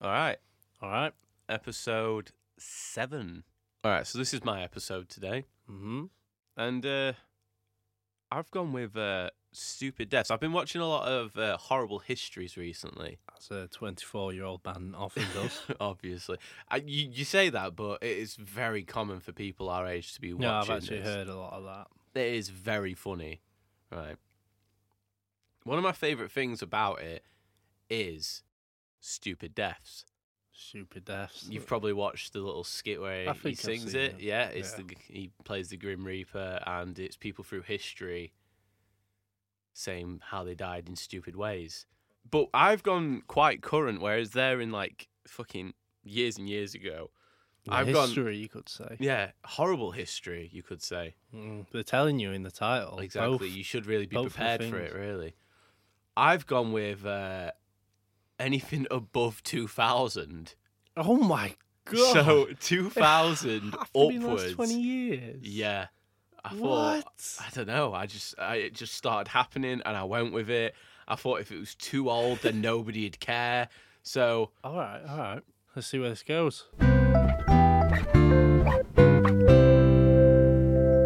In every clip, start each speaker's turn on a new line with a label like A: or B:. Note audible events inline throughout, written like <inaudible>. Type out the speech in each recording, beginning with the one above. A: All right.
B: All right.
A: Episode seven. All right. So this is my episode today.
B: Mm-hmm.
A: And uh, I've gone with uh, Stupid Deaths. I've been watching a lot of uh, Horrible Histories recently,
B: As a 24 year old man often does.
A: <laughs> obviously. I, you, you say that, but it is very common for people our age to be watching.
B: <laughs> no, I've actually
A: this.
B: heard a lot of that.
A: It is very funny. Right. One of my favourite things about it is Stupid Deaths.
B: Stupid deaths.
A: You've probably watched the little skit where
B: I
A: he
B: think I've
A: sings
B: seen
A: it.
B: it.
A: Yeah, it's
B: Yeah.
A: the he plays the Grim Reaper, and it's people through history saying how they died in stupid ways. But I've gone quite current, whereas they're in like fucking years and years ago.
B: The
A: I've gone-
B: history, you could say.
A: Yeah, horrible history, you could say.
B: Mm, they're telling you in the title.
A: exactly.
B: both.
A: you should really be
B: both the
A: prepared for
B: things.
A: it. Really, I've gone with uh, anything <laughs> above two thousand.
B: <laughs> Oh my god. <laughs>
A: So <laughs> two
B: It <laughs>
A: thousand
B: happened in the last
A: upwards.
B: 20 years.
A: Yeah. I thought
B: What?
A: I don't know. I just I, it just started happening and I went with it. I thought if it was too old then nobody'd care. So
B: All right, all right. Let's see where this goes.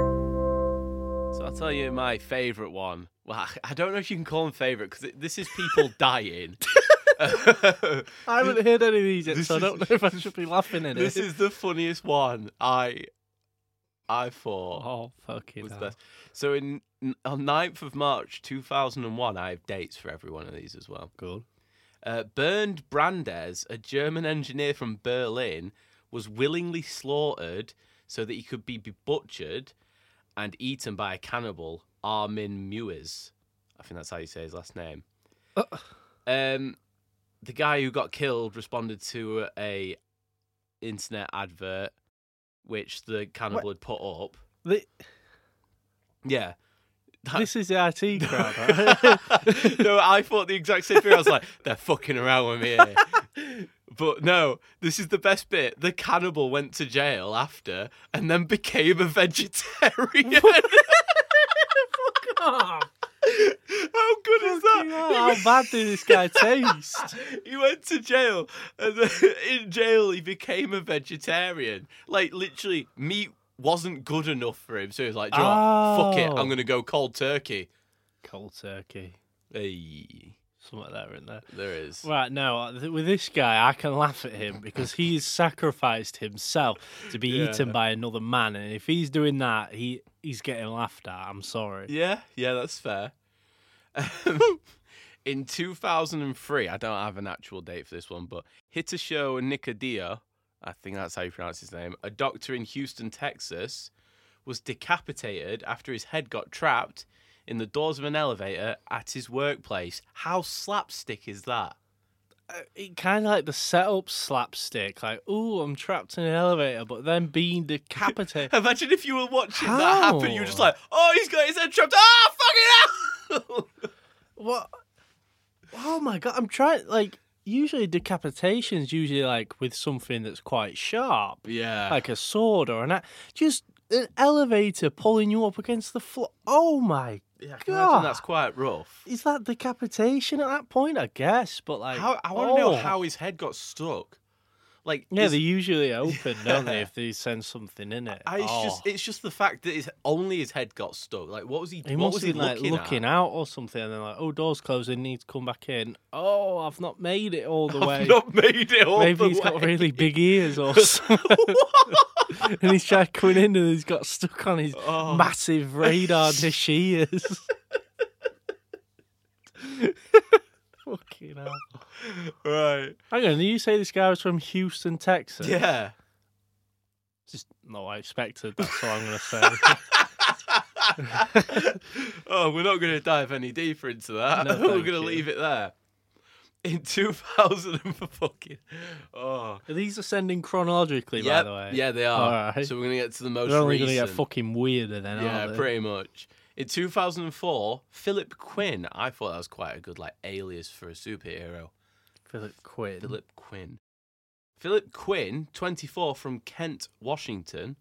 A: so I'll tell you my favorite one. Well, I- I don't know if you can call them favorite cuz this is people dying. <laughs>
B: I haven't heard any of these yet,
A: this
B: so I
A: is-
B: don't know if I should be laughing
A: <laughs>
B: at
A: this
B: it.
A: is the funniest one. I I thought
B: oh fucking
A: was
B: hell.
A: best. So in on 9th of March 2001, I have dates for every one of these as well.
B: good.
A: Uh, Bernd Brandes, a German engineer from Berlin, was willingly slaughtered so that he could be be butchered and eaten by a cannibal, Armin Muiz. I think that's how you say his last name.
B: Uh.
A: Um, the guy who got killed responded to a internet advert which the cannibal had put up.
B: The-
A: Yeah. That-
B: this is the
A: <laughs>
B: IT crowd. right? <laughs>
A: no, I thought the exact same thing. I was like, they're fucking around with me here. But no, this is the best bit. The cannibal went to jail after and then became a vegetarian.
B: Oh,
A: <laughs> How good is
B: fucking
A: that?
B: hell, How bad did this guy taste?
A: He went to jail and then <laughs> in jail he became a vegetarian. Like literally, meat wasn't good enough for him. So he was like, Do you know what? fuck it,
B: Oh.
A: I'm gonna go cold turkey.
B: Cold turkey.
A: Hey,
B: Somewhere there, in there.
A: there is.
B: Right now, th- with this guy, I can laugh at him because he's sacrificed himself to be
A: Yeah.
B: eaten by another man, and if he's doing that, he he's getting laughed at. I'm sorry.
A: Yeah, yeah, that's fair. Um,
B: <laughs>
A: in 2003, I don't have an actual date for this one, but Hitosho Nicodia, I think that's how you pronounce his name, a doctor in Houston, Texas, was decapitated after his head got trapped in the doors of an elevator at his workplace. How slapstick is that?
B: Uh, It kind of like the setup slapstick, like "Ooh, I'm trapped in an elevator," but then
A: <laughs>
B: being decapitated.
A: Imagine if you were watching that happen, you were just
B: How?
A: like, oh, he's got his head trapped. Ah, fucking hell! <laughs>
B: what? Oh my god! I'm trying. Like usually, decapitations usually like with something that's quite sharp,
A: yeah.
B: like a sword or an a- just an elevator pulling you up against the floor. Oh my
A: yeah, I can imagine that's
B: God.
A: quite rough.
B: Is that decapitation at that point? I guess, but like,
A: How I want to know
B: oh.
A: how his head got stuck. Like,
B: Yeah,
A: is-
B: they
A: <laughs>
B: usually open, don't they?
A: Yeah.
B: If they send something in it.
A: I, it's
B: Oh.
A: just it's just the fact that his, only his head got stuck. Like, what was he?
B: he
A: what
B: must
A: was he
B: be like
A: looking,
B: looking,
A: at?
B: out or something, and they're like, "Oh, doors closing, need to come back in." Oh, I've not made it all the
A: <laughs>
B: way.
A: I've not made it all
B: Maybe
A: the
B: he's got
A: way. <laughs>
B: really <laughs> big ears or something, and he's tried coming in, and he's got stuck on his
A: Oh.
B: massive radar dish ears.
A: <laughs>
B: Fucking hell.
A: right?
B: Hang on, you say this guy was from Houston, Texas? <laughs>
A: Yeah.
B: It's just not what I expected. That's all I'm going to
A: <laughs>
B: say.
A: oh, we're not going to dive any deeper into that. <laughs>
B: No,
A: we're
B: thank
A: going to
B: you.
A: leave it there. In 2000 and fucking oh
B: Are these ascending chronologically,
A: yeah
B: by the way?
A: yeah they are
B: Alright.
A: so we're gonna get to the most
B: They're only
A: recent
B: going to get fucking weirder then,
A: Yeah,
B: aren't they?
A: pretty much. In 2004, Philip Quinn. I thought that was quite a good like alias for a superhero.
B: Philip Quinn.
A: Philip Quinn. Philip Quinn, 24, from Kent, Washington,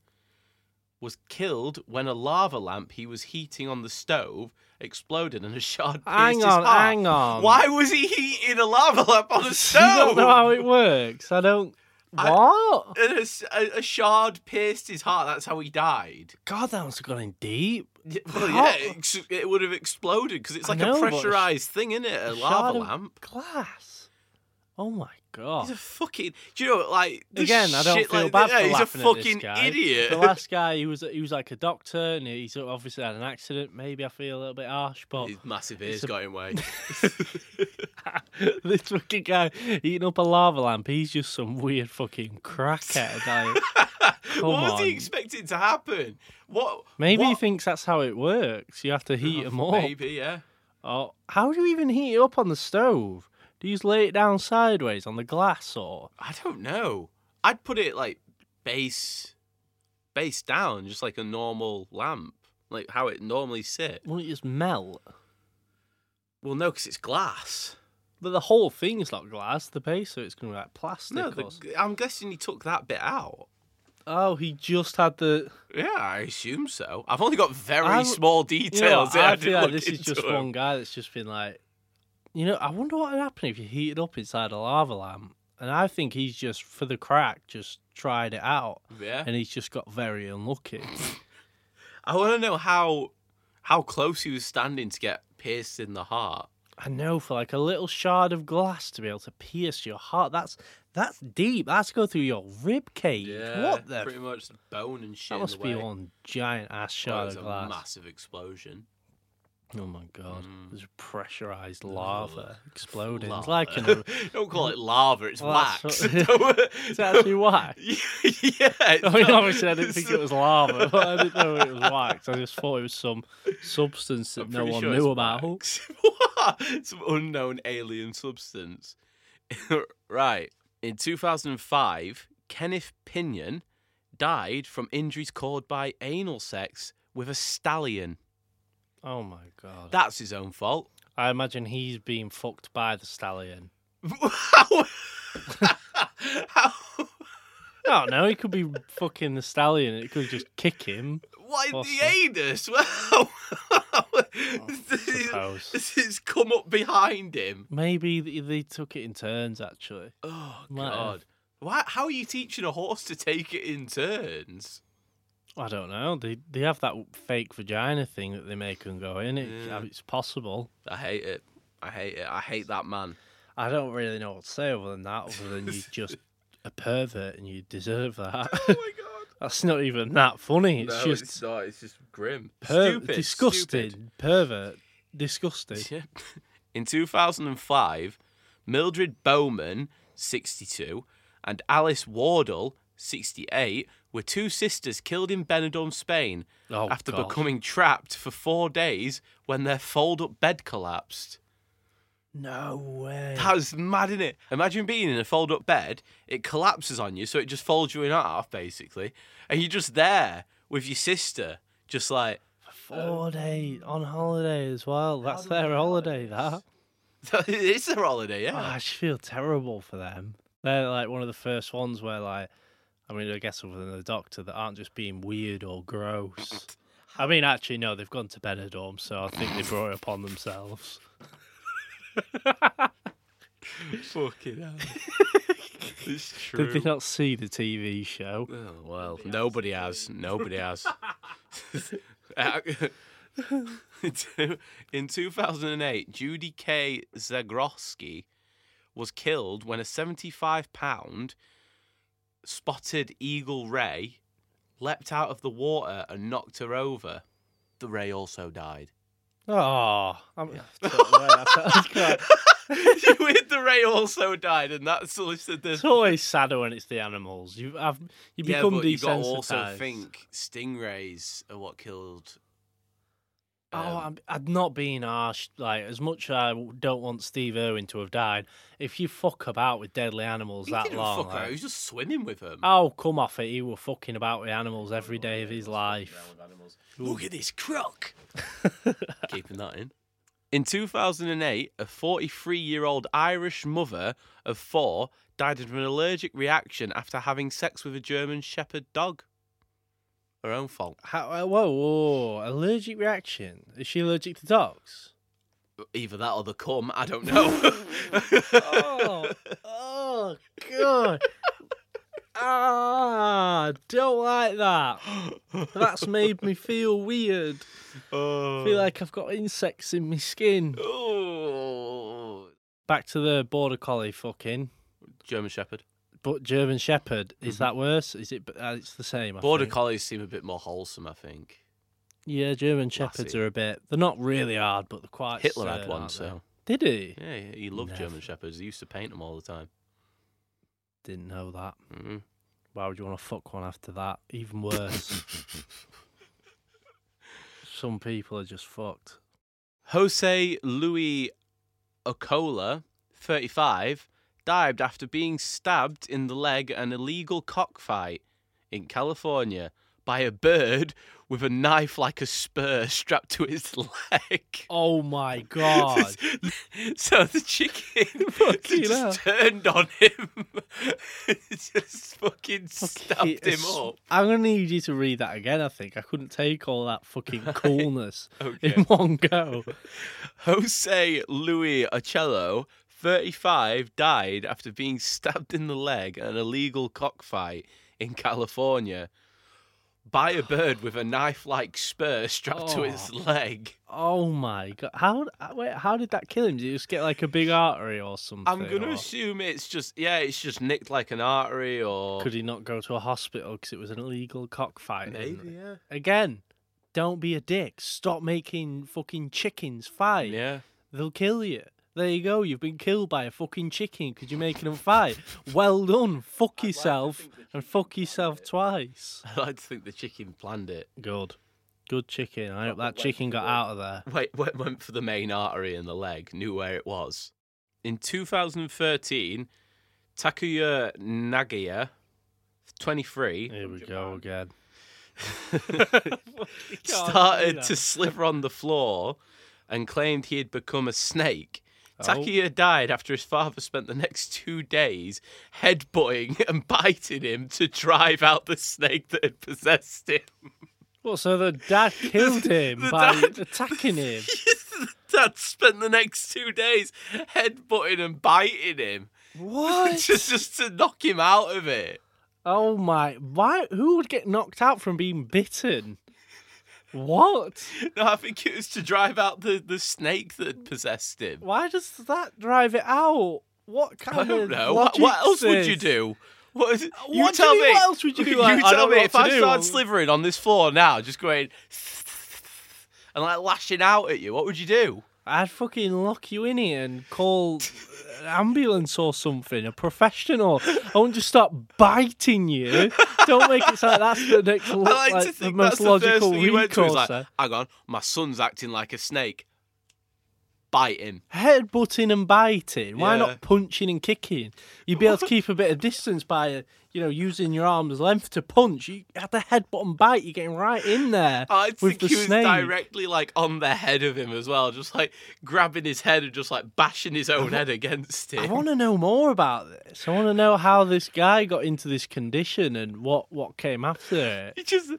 A: was killed when a lava lamp he was heating on the stove exploded and a shard pierced
B: Hang
A: his
B: on,
A: heart.
B: hang on.
A: Why was he heating a lava lamp on a
B: <laughs> You don't know
A: stove?
B: how it works. I don't.
A: I-
B: What?
A: And a, s- a- a shard pierced his heart. That's how he died.
B: God, that one's gone in deep. <laughs>
A: Y- Well,
B: How-
A: yeah, ex- it would have exploded because it's
B: I
A: like
B: know,
A: a
B: but a sh-
A: pressurized thing, isn't it? A,
B: a shard
A: lava
B: of-
A: lamp.
B: Glass. Oh my
A: He's a
B: god.
A: fucking. Do you know, like this
B: Again, I don't
A: shit
B: feel
A: like
B: bad
A: that-
B: for
A: yeah, He's a
B: laughing at this
A: fucking <laughs>
B: guy.
A: idiot.
B: The last guy, he was he was like a doctor, and he's obviously had an accident. Maybe I feel a little bit harsh, but
A: His massive ears
B: It's a-
A: got in way.
B: <laughs>
A: <laughs>
B: this fucking guy eating up a lava lamp. He's just some weird fucking crackhead.
A: <laughs>
B: Like,
A: what was
B: on.
A: he expecting to happen? What?
B: maybe he
A: what?
B: thinks that's how it works. You have to heat them up.
A: Maybe, yeah.
B: Oh, how do you even heat it up on the stove? Do you just lay it down sideways on the glass or?
A: I don't know. I'd put it like base, base down, just like a normal lamp, like how it normally sit.
B: Won't it just melt?
A: Well, no, because it's glass.
B: But the whole thing's not glass, the base, so it's going to be like plastic.
A: No,
B: or
A: the,
B: s-
A: I'm guessing he took that bit out.
B: Oh, he just had the.
A: Yeah, I assume so. I've only got very
B: I-
A: small
B: You know,
A: details.
B: what,
A: here. <laughs>
B: I
A: didn't
B: feel like
A: look
B: this is just
A: into 'em.
B: one guy that's just been like, you know, I wonder what would happen if you heated up inside a lava lamp. And I think he's just, for the crack, just tried it out
A: Yeah.
B: and he's just got
A: <laughs>
B: very unlucky.
A: I want to know how how close he was standing to get pierced in the heart.
B: I know for like a little shard of glass to be able to pierce your heart. That's that's deep. That's go through your rib cage. what the?
A: Pretty much bone and shit.
B: that
A: in
B: must
A: the
B: be
A: way.
B: one giant ass
A: Well, it
B: shard
A: was
B: of
A: a
B: glass.
A: massive explosion.
B: Oh my god!
A: Mm.
B: There's pressurized lava exploding. It's
A: Lava.
B: like
A: <laughs>
B: er, in a,
A: Don't call it lava, it's
B: Well,
A: <laughs>
B: that's
A: wax.
B: what-
A: Don't-
B: it's actually wax.
A: <laughs> yeah. <laughs> it's
B: <laughs> I mean,
A: not-
B: obviously, I didn't think it was lava, but <laughs> I didn't know it was wax. I just thought it was some substance that
A: I'm
B: no
A: pretty
B: one
A: sure
B: knew
A: it's
B: about.
A: wax. <laughs> What? Some unknown alien substance. <laughs> right. In 2005, Kenneth Pinion died from injuries caused by anal sex with a stallion.
B: Oh my god!
A: That's his own fault. <laughs>
B: I imagine he's being fucked by the stallion.
A: How? How?
B: No, no, he could be fucking the stallion. It could just kick <laughs> him.
A: Why the
B: Awesome.
A: anus? <laughs> Wow.
B: suppose.
A: This has come up behind him.
B: Maybe th- they took it in turns. Actually,
A: Oh
B: Might have.
A: god. Why, how are you teaching a horse to take it in turns?
B: I don't know. They they have that fake vagina thing that they make them go in. It, uh,
A: Yeah.
B: It's possible.
A: I hate it. I hate it. I hate that man. <laughs>
B: I don't really know what to say other than that. Other than <laughs> you just a pervert and you deserve that.
A: Oh my god.
B: That's not even that funny. It's just
A: not. It's just grim.
B: per-
A: stupid.
B: disgusting
A: stupid.
B: pervert. Disgusting.
A: Yeah. <laughs> In 2005, Mildred Bowman, 62, and Alice Wardle, 68, were two sisters killed in Benidorm, Spain,
B: Oh,
A: after
B: God.
A: becoming trapped for four days when their fold-up bed collapsed.
B: no way.
A: <laughs> That was mad, innit? Imagine being in a fold up bed, it collapses on you, so it just folds you in half, basically. And you're just there with your sister, just like, <laughs>
B: Four days on holiday as well. That's their holiday. That.
A: it's their holiday, yeah.
B: Oh, I just feel terrible for them. They're like one of the first ones where, like, I mean, I guess other than the doctor, that aren't just being weird or gross. I mean, actually, no, they've gone to Benidorm, so I think they brought it upon themselves.
A: Ah, Fucking hell. <laughs> it's true.
B: Did they not see the TV show?
A: Oh, well, nobody has. Nobody has. In two- in 2008, Judy K. Zagrowski was killed when a 75 pound spotted eagle ray leapt out of the water and knocked her over. The ray also died.
B: Oh, I'm, I don't know, <laughs> I felt- I was
A: <laughs>
B: quite-
A: the ray also died, and that solicited <laughs>
B: it's always sadder when it's the animals. You have you become
A: yeah, but You've got
B: desensitized.
A: to also think stingrays are what killed.
B: Oh,
A: um,
B: I'm, I'm not being harsh. Like as much as I don't want Steve Irwin to have died. If you fuck about with deadly animals
A: he
B: that
A: didn't
B: long,
A: fuck
B: like-
A: around, He was just swimming with them.
B: oh come off it. He were fucking about with animals every day of his life.
A: Look at this
B: <laughs>
A: croc. Keeping that in. In 2008, a 43 year old Irish mother of four died of an allergic reaction after having sex with a German Shepherd dog. Her own fault.
B: How, uh, whoa, whoa, whoa, allergic reaction. Is she allergic to dogs?
A: Either that or the cum. I don't know. <laughs>
B: oh, oh, God. Ah, don't like that. <laughs> That's made me feel weird. I
A: oh.
B: feel like I've got insects in my skin.
A: Oh.
B: Back to the border collie fucking.
A: German Shepherd.
B: But German Shepherd, is
A: Mhm.
B: that worse? Is it? Uh, it's the same. I
A: Border
B: think.
A: collies seem a bit more wholesome, I think.
B: Yeah, German Shepherds
A: Lassie.
B: are a bit. They're not really hard, but they're quite.
A: Hitler had
B: stern,
A: one,
B: aren't they?
A: so.
B: Did he?
A: Yeah, he he loved
B: Never.
A: German Shepherds. He used to paint them all the time.
B: Didn't know that.
A: Mhm.
B: Why would you want to fuck one after that?
A: <laughs>
B: Even worse. Some people are just fucked.
A: Jose Luis Ocola, 35, died after being stabbed in the leg at an illegal cockfight in California by a bird with a knife like a spur <laughs> strapped to its leg. <laughs>
B: Oh my god.
A: so the chicken <laughs>
B: Fucking
A: just
B: hell.
A: turned on him. <laughs> just fucking
B: Okay,
A: stabbed him
B: it's-
A: <laughs> up.
B: I'm gonna need you to read that again. I think I couldn't take all that fucking
A: <laughs>
B: coolness
A: Okay.
B: in one go.
A: Jose Luis Ocello, 35, died after being stabbed in the leg at an illegal cockfight in California by a bird with a knife like spur strapped to its leg.
B: Oh my god! How uh, wait? How did that kill him? Did he just get like a big artery or something?
A: I'm going to
B: or
A: assume it's just, yeah, it's just nicked like an artery or.
B: Could he not go to a hospital because it was an illegal cockfight? and-
A: Maybe, yeah.
B: Again, don't be a dick. Stop making fucking chickens fight.
A: Yeah. <laughs>
B: They'll kill you. There you go. You've been killed by a fucking chicken because you're making them fight. Well done. Fuck yourself and fuck yourself twice.
A: I like to think the chicken planned it.
B: Good. Good chicken. I hope that chicken got out of there.
A: Wait, <laughs> went, went for the main artery in the leg, knew where it was. In 2013, Takuya Nagaya, 23,
B: Here we go again.
A: <laughs> started to slither on the floor and claimed he had become a snake.
B: Oh.
A: Takuya died after his father spent the next two days headbutting <laughs> and biting him to drive out the snake that had possessed him.
B: Well, so the
A: <laughs>
B: dad killed him
A: the <laughs>
B: by
A: dad-
B: attacking him.
A: Dad spent the next two days headbutting and biting him.
B: What?
A: <laughs> just just to knock him out of it.
B: Oh my! Why? Who would get knocked out from being bitten? What?
A: No, I think it was to drive out the, the snake that possessed him.
B: Why does that drive it out? What kind
A: I don't
B: of
A: know. What, what else would you do? What, is- you
B: Uh, What do
A: tell
B: you mean,
A: me.
B: what
A: <laughs>
B: else would you do? Like, I
A: tell
B: don't
A: me
B: know
A: if
B: what to
A: I
B: do.
A: started
B: I'll-
A: slithering on this floor now, just going <laughs> and like lashing out at you. What would you do?
B: I'd fucking lock you in here and call an ambulance or something, a professional. I won't just start biting you. Don't make it sound that's the next lo-
A: <laughs> I like,
B: like,
A: to
B: the
A: think
B: most
A: that's the first
B: logical
A: thing you went to. Is
B: recourse. eh?
A: like,
B: there.
A: hang on, my son's acting like a snake. Bite him.
B: headbutting and biting. Why
A: Yeah.
B: not punching and kicking? You'd be able
A: <laughs>
B: to keep a bit of distance by, you know, using your arm's length to punch. You had the headbutt and bite. You're getting right in there
A: I
B: with
A: think
B: the
A: he was
B: snake.
A: directly like on the head of him as well, just like grabbing his head and just like bashing his own head against
B: I
A: him.
B: want to know more about this. I want to know how this guy got into this condition and what what came after
A: <laughs>
B: it.
A: He just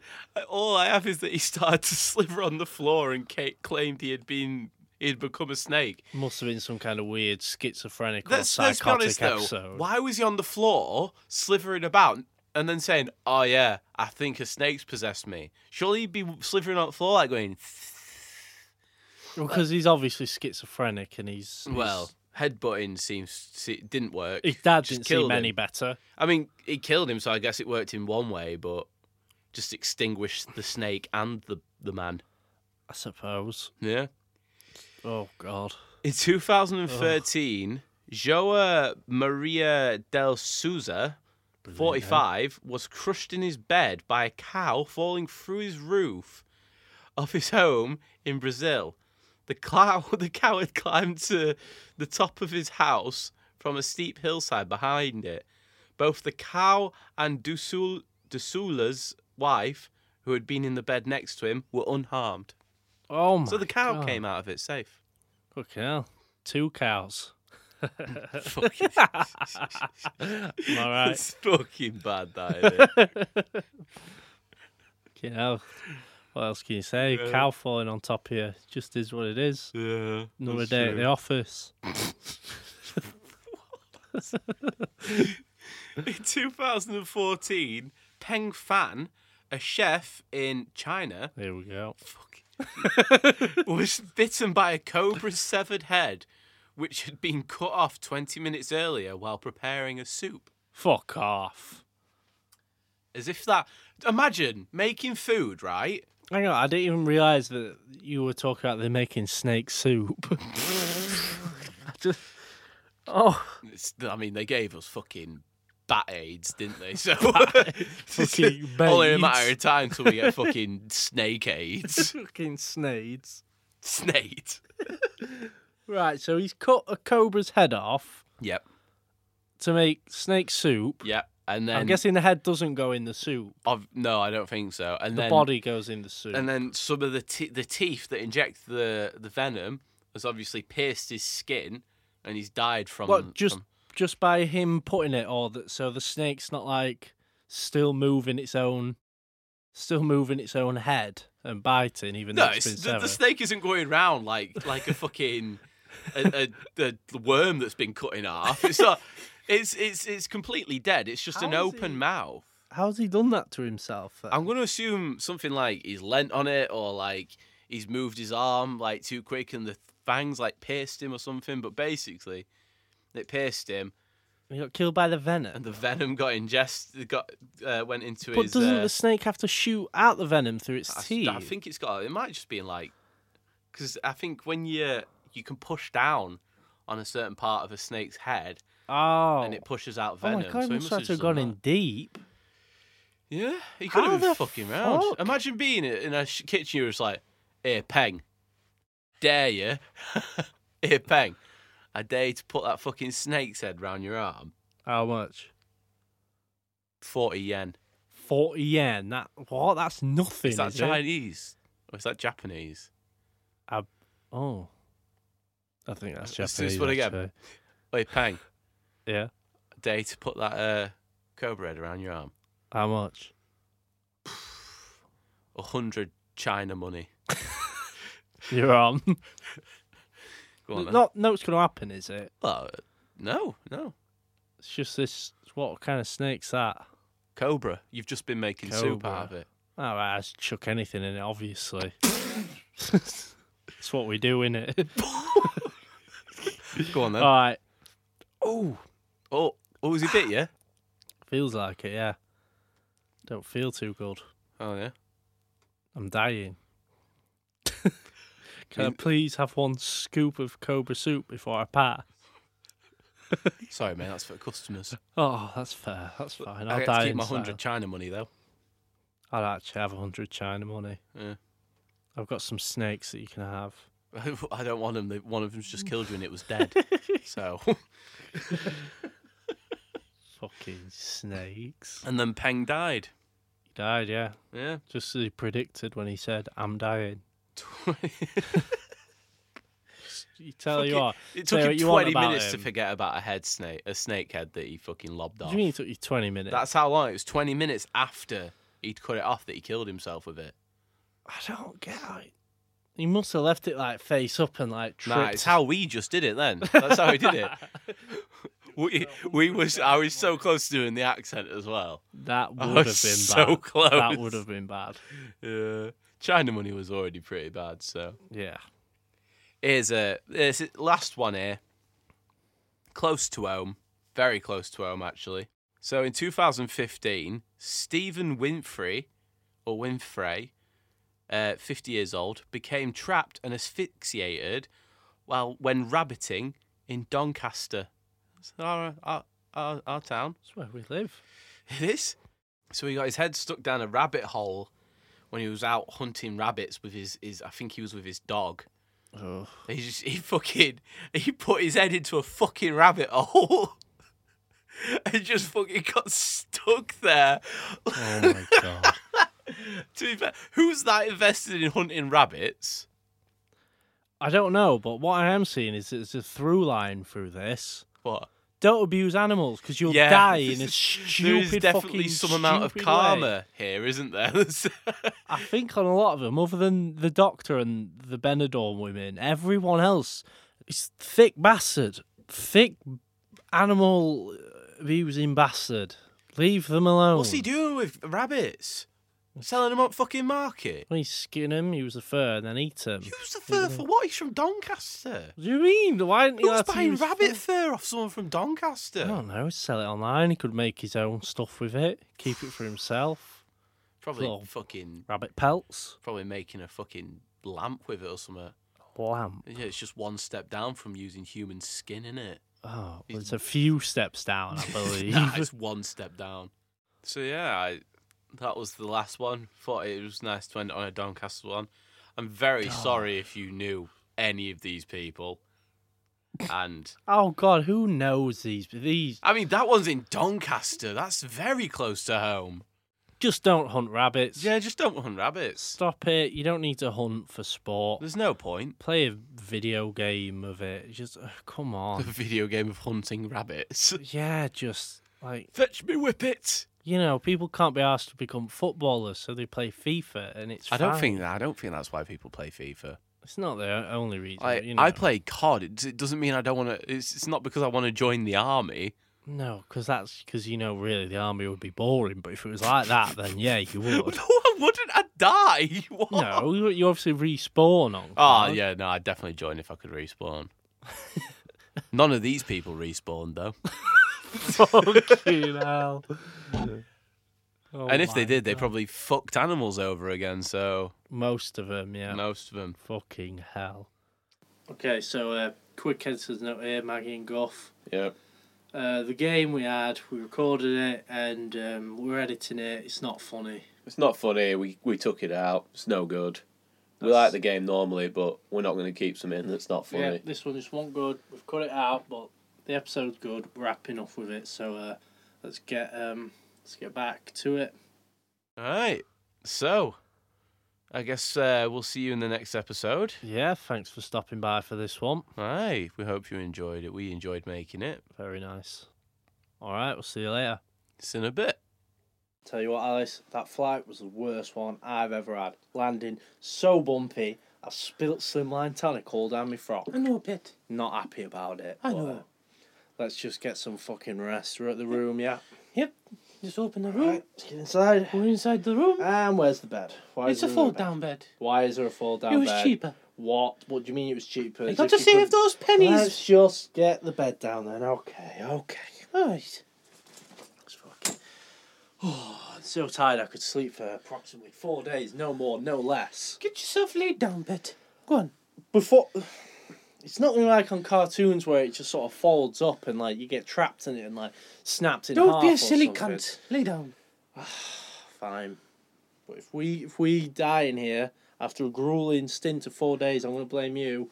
A: all I have is that he started to slither on the floor and ca- claimed he had been he had become a snake.
B: Must have been some kind of weird schizophrenic
A: Let's,
B: or
A: let's be
B: psychotic
A: honest though.
B: episode.
A: Why was he on the floor slithering about and then saying, "Oh yeah, I think a snake's possessed me"? Surely he'd be slithering on the floor like going,
B: Because he's obviously schizophrenic and he's, he's
A: "Well." Headbutting seems se- didn't work.
B: his dad
A: Just
B: didn't seem
A: killed
B: any
A: him.
B: better.
A: I mean, it killed him, so I guess it worked in one way, but just extinguished the snake and the, the man.
B: I suppose.
A: Yeah.
B: Oh God.
A: In 2013, Joa Maria del Souza, 45, was crushed in his bed by a cow falling through his roof of his home in Brazil. The cow, <laughs> the cow had climbed to the top of his house from a steep hillside behind it. Both the cow and Dusul, Dusula's wife, who had been in the bed next to him, were unharmed.
B: Oh my.
A: So the cow
B: God.
A: came out of it safe.
B: Fucking hell. Two cows. <laughs>
A: Fucking-
B: Am I
A: <laughs>
B: right?
A: It's fucking bad, that. Isn't it?
B: Fucking hell. What else can you say?
A: Yeah.
B: Cow falling on top of you just is what it is.
A: Yeah.
B: Another
A: that's
B: day at
A: true.
B: the office.
A: <laughs> In 2014, Peng Fan, a chef in
B: <laughs>
A: China,
B: There we go.
A: fuck, was bitten by a cobra's severed head, which had been cut off 20 minutes earlier while preparing a soup.
B: Fuck off.
A: As if that. Imagine making food, right?
B: Hang on, I didn't even realise that you were talking about them making snake soup. <laughs> I just, oh, <laughs>
A: It's, I mean, they gave us fucking bat aids, didn't they?
B: <laughs>
A: So <laughs>
B: Fucking bat
A: only a
B: aids.
A: matter of time till we get fucking snake aids.
B: fucking snakes.
A: Snake.
B: Right, so he's cut a cobra's head off
A: Yep.
B: to make snake soup.
A: Yep. And then
B: I'm guessing the head doesn't go in the soup.
A: of no, I don't think so. And
B: The
A: then
B: body goes in the soup.
A: and then some of the te- the teeth that inject the the venom has obviously pierced his skin, and he's died from.
B: What just
A: from-
B: just by him putting it or that so the snake's not like still moving its own still moving its own head and biting even
A: no,
B: though
A: it's,
B: it's been
A: the,
B: severed.
A: the snake isn't going round like like a fucking a, a, a, the worm that's been cut in half. It's not. It's it's it's completely dead. It's just an
B: How is
A: open
B: it-
A: mouth.
B: How's he done that to himself? then?
A: I'm going to assume something like he's lent on it, or like he's moved his arm like too quick, and the fangs like pierced him or something. But basically, it pierced him,
B: He got killed by the venom.
A: and the venom got ingested, got uh, went into
B: But
A: his.
B: doesn't
A: uh,
B: the snake have to shoot out the venom through its
A: I,
B: teeth?
A: I think it's got. It might just be in like, because I think when you you can push down on a certain part of a snake's head,
B: oh.
A: and it pushes out
B: oh
A: venom.
B: my
A: so
B: god, he
A: he
B: must have to
A: just
B: have gone
A: done
B: in
A: that.
B: deep.
A: Yeah, he could
B: How
A: have been
B: the
A: fucking round.
B: fuck?
A: Imagine being i- in a sh- kitchen. You're just like, "Here, Peng, dare you? <laughs> Here, Peng, I dare you to put that fucking snake's head round your arm.
B: How much?
A: Forty yen.
B: Forty yen. That what? That's nothing.
A: Is that
B: is it?
A: Chinese or is that Japanese?
B: Oh, I think that's
A: Let's
B: Japanese.
A: do this one again.
B: actually.
A: Hey, Peng,
B: Yeah.
A: I dare you to put that uh, cobra head around your arm.
B: How much?
A: A hundred China money.
B: You're on. <laughs>
A: Go on. then.
B: Not no, it's going to happen, is it?
A: Well, no, no.
B: It's just this. What kind of snake's that?
A: Cobra. You've just been making soup out of
B: Cobra.
A: it.
B: Oh, right, I just chuck anything in it, obviously. <laughs> it's what we do, innit? <laughs> it?
A: Go on
B: <laughs>
A: then.
B: All right. Oh,
A: oh, oh, has he bit
B: <laughs>
A: you?
B: feels like it. Yeah. Don't feel too good.
A: Oh yeah.
B: I'm dying. <laughs> Can I
A: Mean-
B: please have one scoop of cobra soup before I pass?
A: Sorry, man. That's for customers.
B: Oh, that's fair. That's fine. I'll
A: I get
B: die
A: to keep my
B: inside.
A: hundred China money though. <laughs>
B: I'd actually have a hundred China money.
A: Yeah.
B: I've got some snakes that you can have.
A: I don't want them. One of them's just killed you, and it was
B: <laughs>
A: dead. so,
B: Fucking snakes.
A: and then Peng died.
B: He died, yeah.
A: Yeah. <laughs>
B: Just as he predicted when he said, I'm dying. You tell you
A: Fucking-
B: what.
A: it
B: Say
A: took
B: what
A: him
B: you want
A: twenty
B: about
A: minutes to
B: him.
A: forget about a head snake, a snake head that he fucking lobbed
B: What
A: off.
B: do you mean it took you 20 minutes?
A: That's how long. It was twenty minutes after he'd cut it off that he killed himself with it.
B: I don't get it. He must have left it like face up and like tripped.
A: Nah, it's how we just did it then. That's how we did
B: <laughs>
A: it. We we was I was so close to doing the accent as well.
B: That would
A: I
B: have
A: was
B: been
A: Oh, so
B: bad.
A: close.
B: That would have been bad.
A: Yeah. China money was already pretty bad, so.
B: Yeah.
A: Here's a here's a- last one here. Close to home, very close to home actually. So in 2015, Stephen Winfrey, or Winfrey, uh, 50 years old, became trapped and asphyxiated while when rabbiting in Doncaster. It's our, our, our, our town. <laughs>
B: That's where we live.
A: It is. So he got his head stuck down a rabbit hole when he was out hunting rabbits with his, his I think he was with his dog.
B: Oh.
A: He just he fucking he put his head into a fucking rabbit hole. <laughs> And just fucking got stuck there. <laughs>
B: oh my God.
A: to be fair, who's that invested in hunting rabbits?
B: I don't know, but what I am seeing is it's a through line through this.
A: What?
B: Don't abuse animals because you'll
A: Yeah, <laughs>
B: die in
A: this
B: a
A: is-
B: stupid
A: There is definitely
B: fucking
A: some amount of
B: stupid way.
A: karma here, isn't there? <laughs>
B: I think on a lot of them, other than the doctor and the Benidorm women, everyone else is thick bastard, thick animal uh, abusing bastard. Leave them alone.
A: What's he doing with rabbits? Selling them on fucking market.
B: Well, you skin him, use the fur, and then eat him.
A: Use the fur for what? He's from Doncaster.
B: What do you mean? Why didn't he
A: Who's
B: have to
A: buying
B: use
A: rabbit fur off someone from Doncaster?
B: I don't know. Sell it online. He could make his own stuff with it. Keep it for himself.
A: Probably
B: Cool.
A: fucking
B: Rabbit pelts.
A: probably making a fucking lamp with it or something.
B: Lamp.
A: Yeah, it's just one step down from using human skin in it.
B: Oh, well, it's a few steps
A: <laughs>
B: down, I believe. <laughs>
A: Nah, it's one step down. So yeah, I, that was the last one. Thought it was nice to end it on a Doncaster one. I'm very sorry if you knew any of these people. And
B: oh God, who knows these? These
A: I mean, that one's in Doncaster. That's very close to home.
B: just don't hunt rabbits.
A: Yeah, just don't hunt rabbits.
B: Stop it. You don't need to hunt for sport.
A: There's no point.
B: Play a video game of it. Just ugh, come
A: A
B: on.
A: video game of hunting rabbits.
B: yeah, just like
A: Fetch me whippet.
B: you know, people can't be asked to become footballers, so they play FIFA, and it's.
A: I don't
B: fine.
A: think that. I don't think that's why people play FIFA.
B: it's not the o- only reason.
A: I
B: but, you know.
A: I play COD. It, it doesn't mean I don't want to. It's, it's not because I want to join the
B: <laughs>
A: army. <laughs>
B: No, because that's because you know really the army would be boring. But if it was like that, then yeah, you
A: no,
B: would.
A: I wouldn't. I'd die. <laughs> What?
B: no, you you obviously respawn on.
A: Oh,
B: card.
A: yeah, no, I'd definitely join if I could
B: <laughs>
A: respawn. None of these people respawned, though.
B: Oh Fucking hell. Oh
A: <laughs> and if they
B: my
A: did, they
B: God.
A: probably fucked animals over again, so
B: most of them, yeah.
A: most of them.
B: Fucking hell. Okay, so uh, quick editors note here, Maggie and Goff.
A: Yeah.
B: Uh, the game we had, we recorded it, and um, we're editing it. It's not funny.
A: It's not funny. We, we took it out. It's no good.
B: We like the
A: game normally, but we're not going to keep something that's not
B: Yeah, this one just wasn't good. We've cut it out, but the episode's good. We're happy enough with it. So uh, let's get um, let's get back to it.
A: All right. So, I guess uh, we'll see you in the next episode.
B: Yeah, thanks for stopping by for this one.
A: All right. We hope you enjoyed it. We enjoyed making it.
B: Very nice. All right, we'll see you later.
A: It's in a bit.
B: Tell you what, Alice, that flight was the worst one I've ever had. Landing so bumpy, I spilt slimline tonic all down my frock.
C: I know, pet.
B: Not happy about it.
C: I
B: but,
C: know.
B: uh, let's just get some fucking rest. We're at the room, yeah.
C: Yep. Just open the room.
B: Right, let's get inside.
C: We're inside the room.
B: And where's the bed? Why
C: it's
B: is
C: a
B: there
C: fold
B: bed?
C: down bed.
B: Why is there a fold down
C: It was
B: bed?
C: cheaper.
B: What? What do you mean it was cheaper?
C: I
B: As
C: got
B: if
C: to
B: you
C: save
B: couldn't-
C: those pennies.
B: Let's just get the bed down then. Okay, okay.
C: Alright.
B: It's fucking. Oh, I'm so tired I could sleep for approximately four days, no more, no less.
C: Get yourself laid down, pet. Go on.
B: Before. It's nothing like on cartoons where it just sort of folds up and like you get trapped in it and like snapped in
C: Don't be a
B: half or
C: silly
B: something.
C: cunt. Lay down.
B: Fine. But if we if we die in here after a grueling stint of four days, I'm gonna blame you.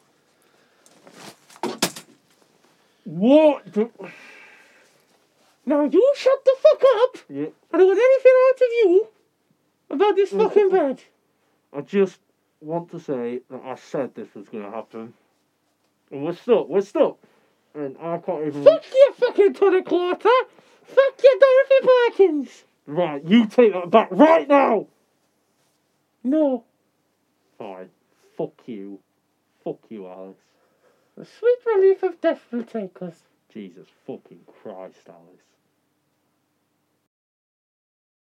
C: What? the- Now you shut the fuck up.
B: Yeah. Mm-hmm.
C: I don't want anything out of you about this fucking bed.
B: I just want to say that I said this was going to happen. And we're stuck, we're stuck. And I can't even.
C: Fuck you, fucking tonic water. Fuck you, Dorothy Parkins.
B: Right, you take that back right now!
C: No.
B: Fine. Fuck you. Fuck you, Alice.
C: The sweet relief of death will take us.
B: Jesus fucking Christ, Alice.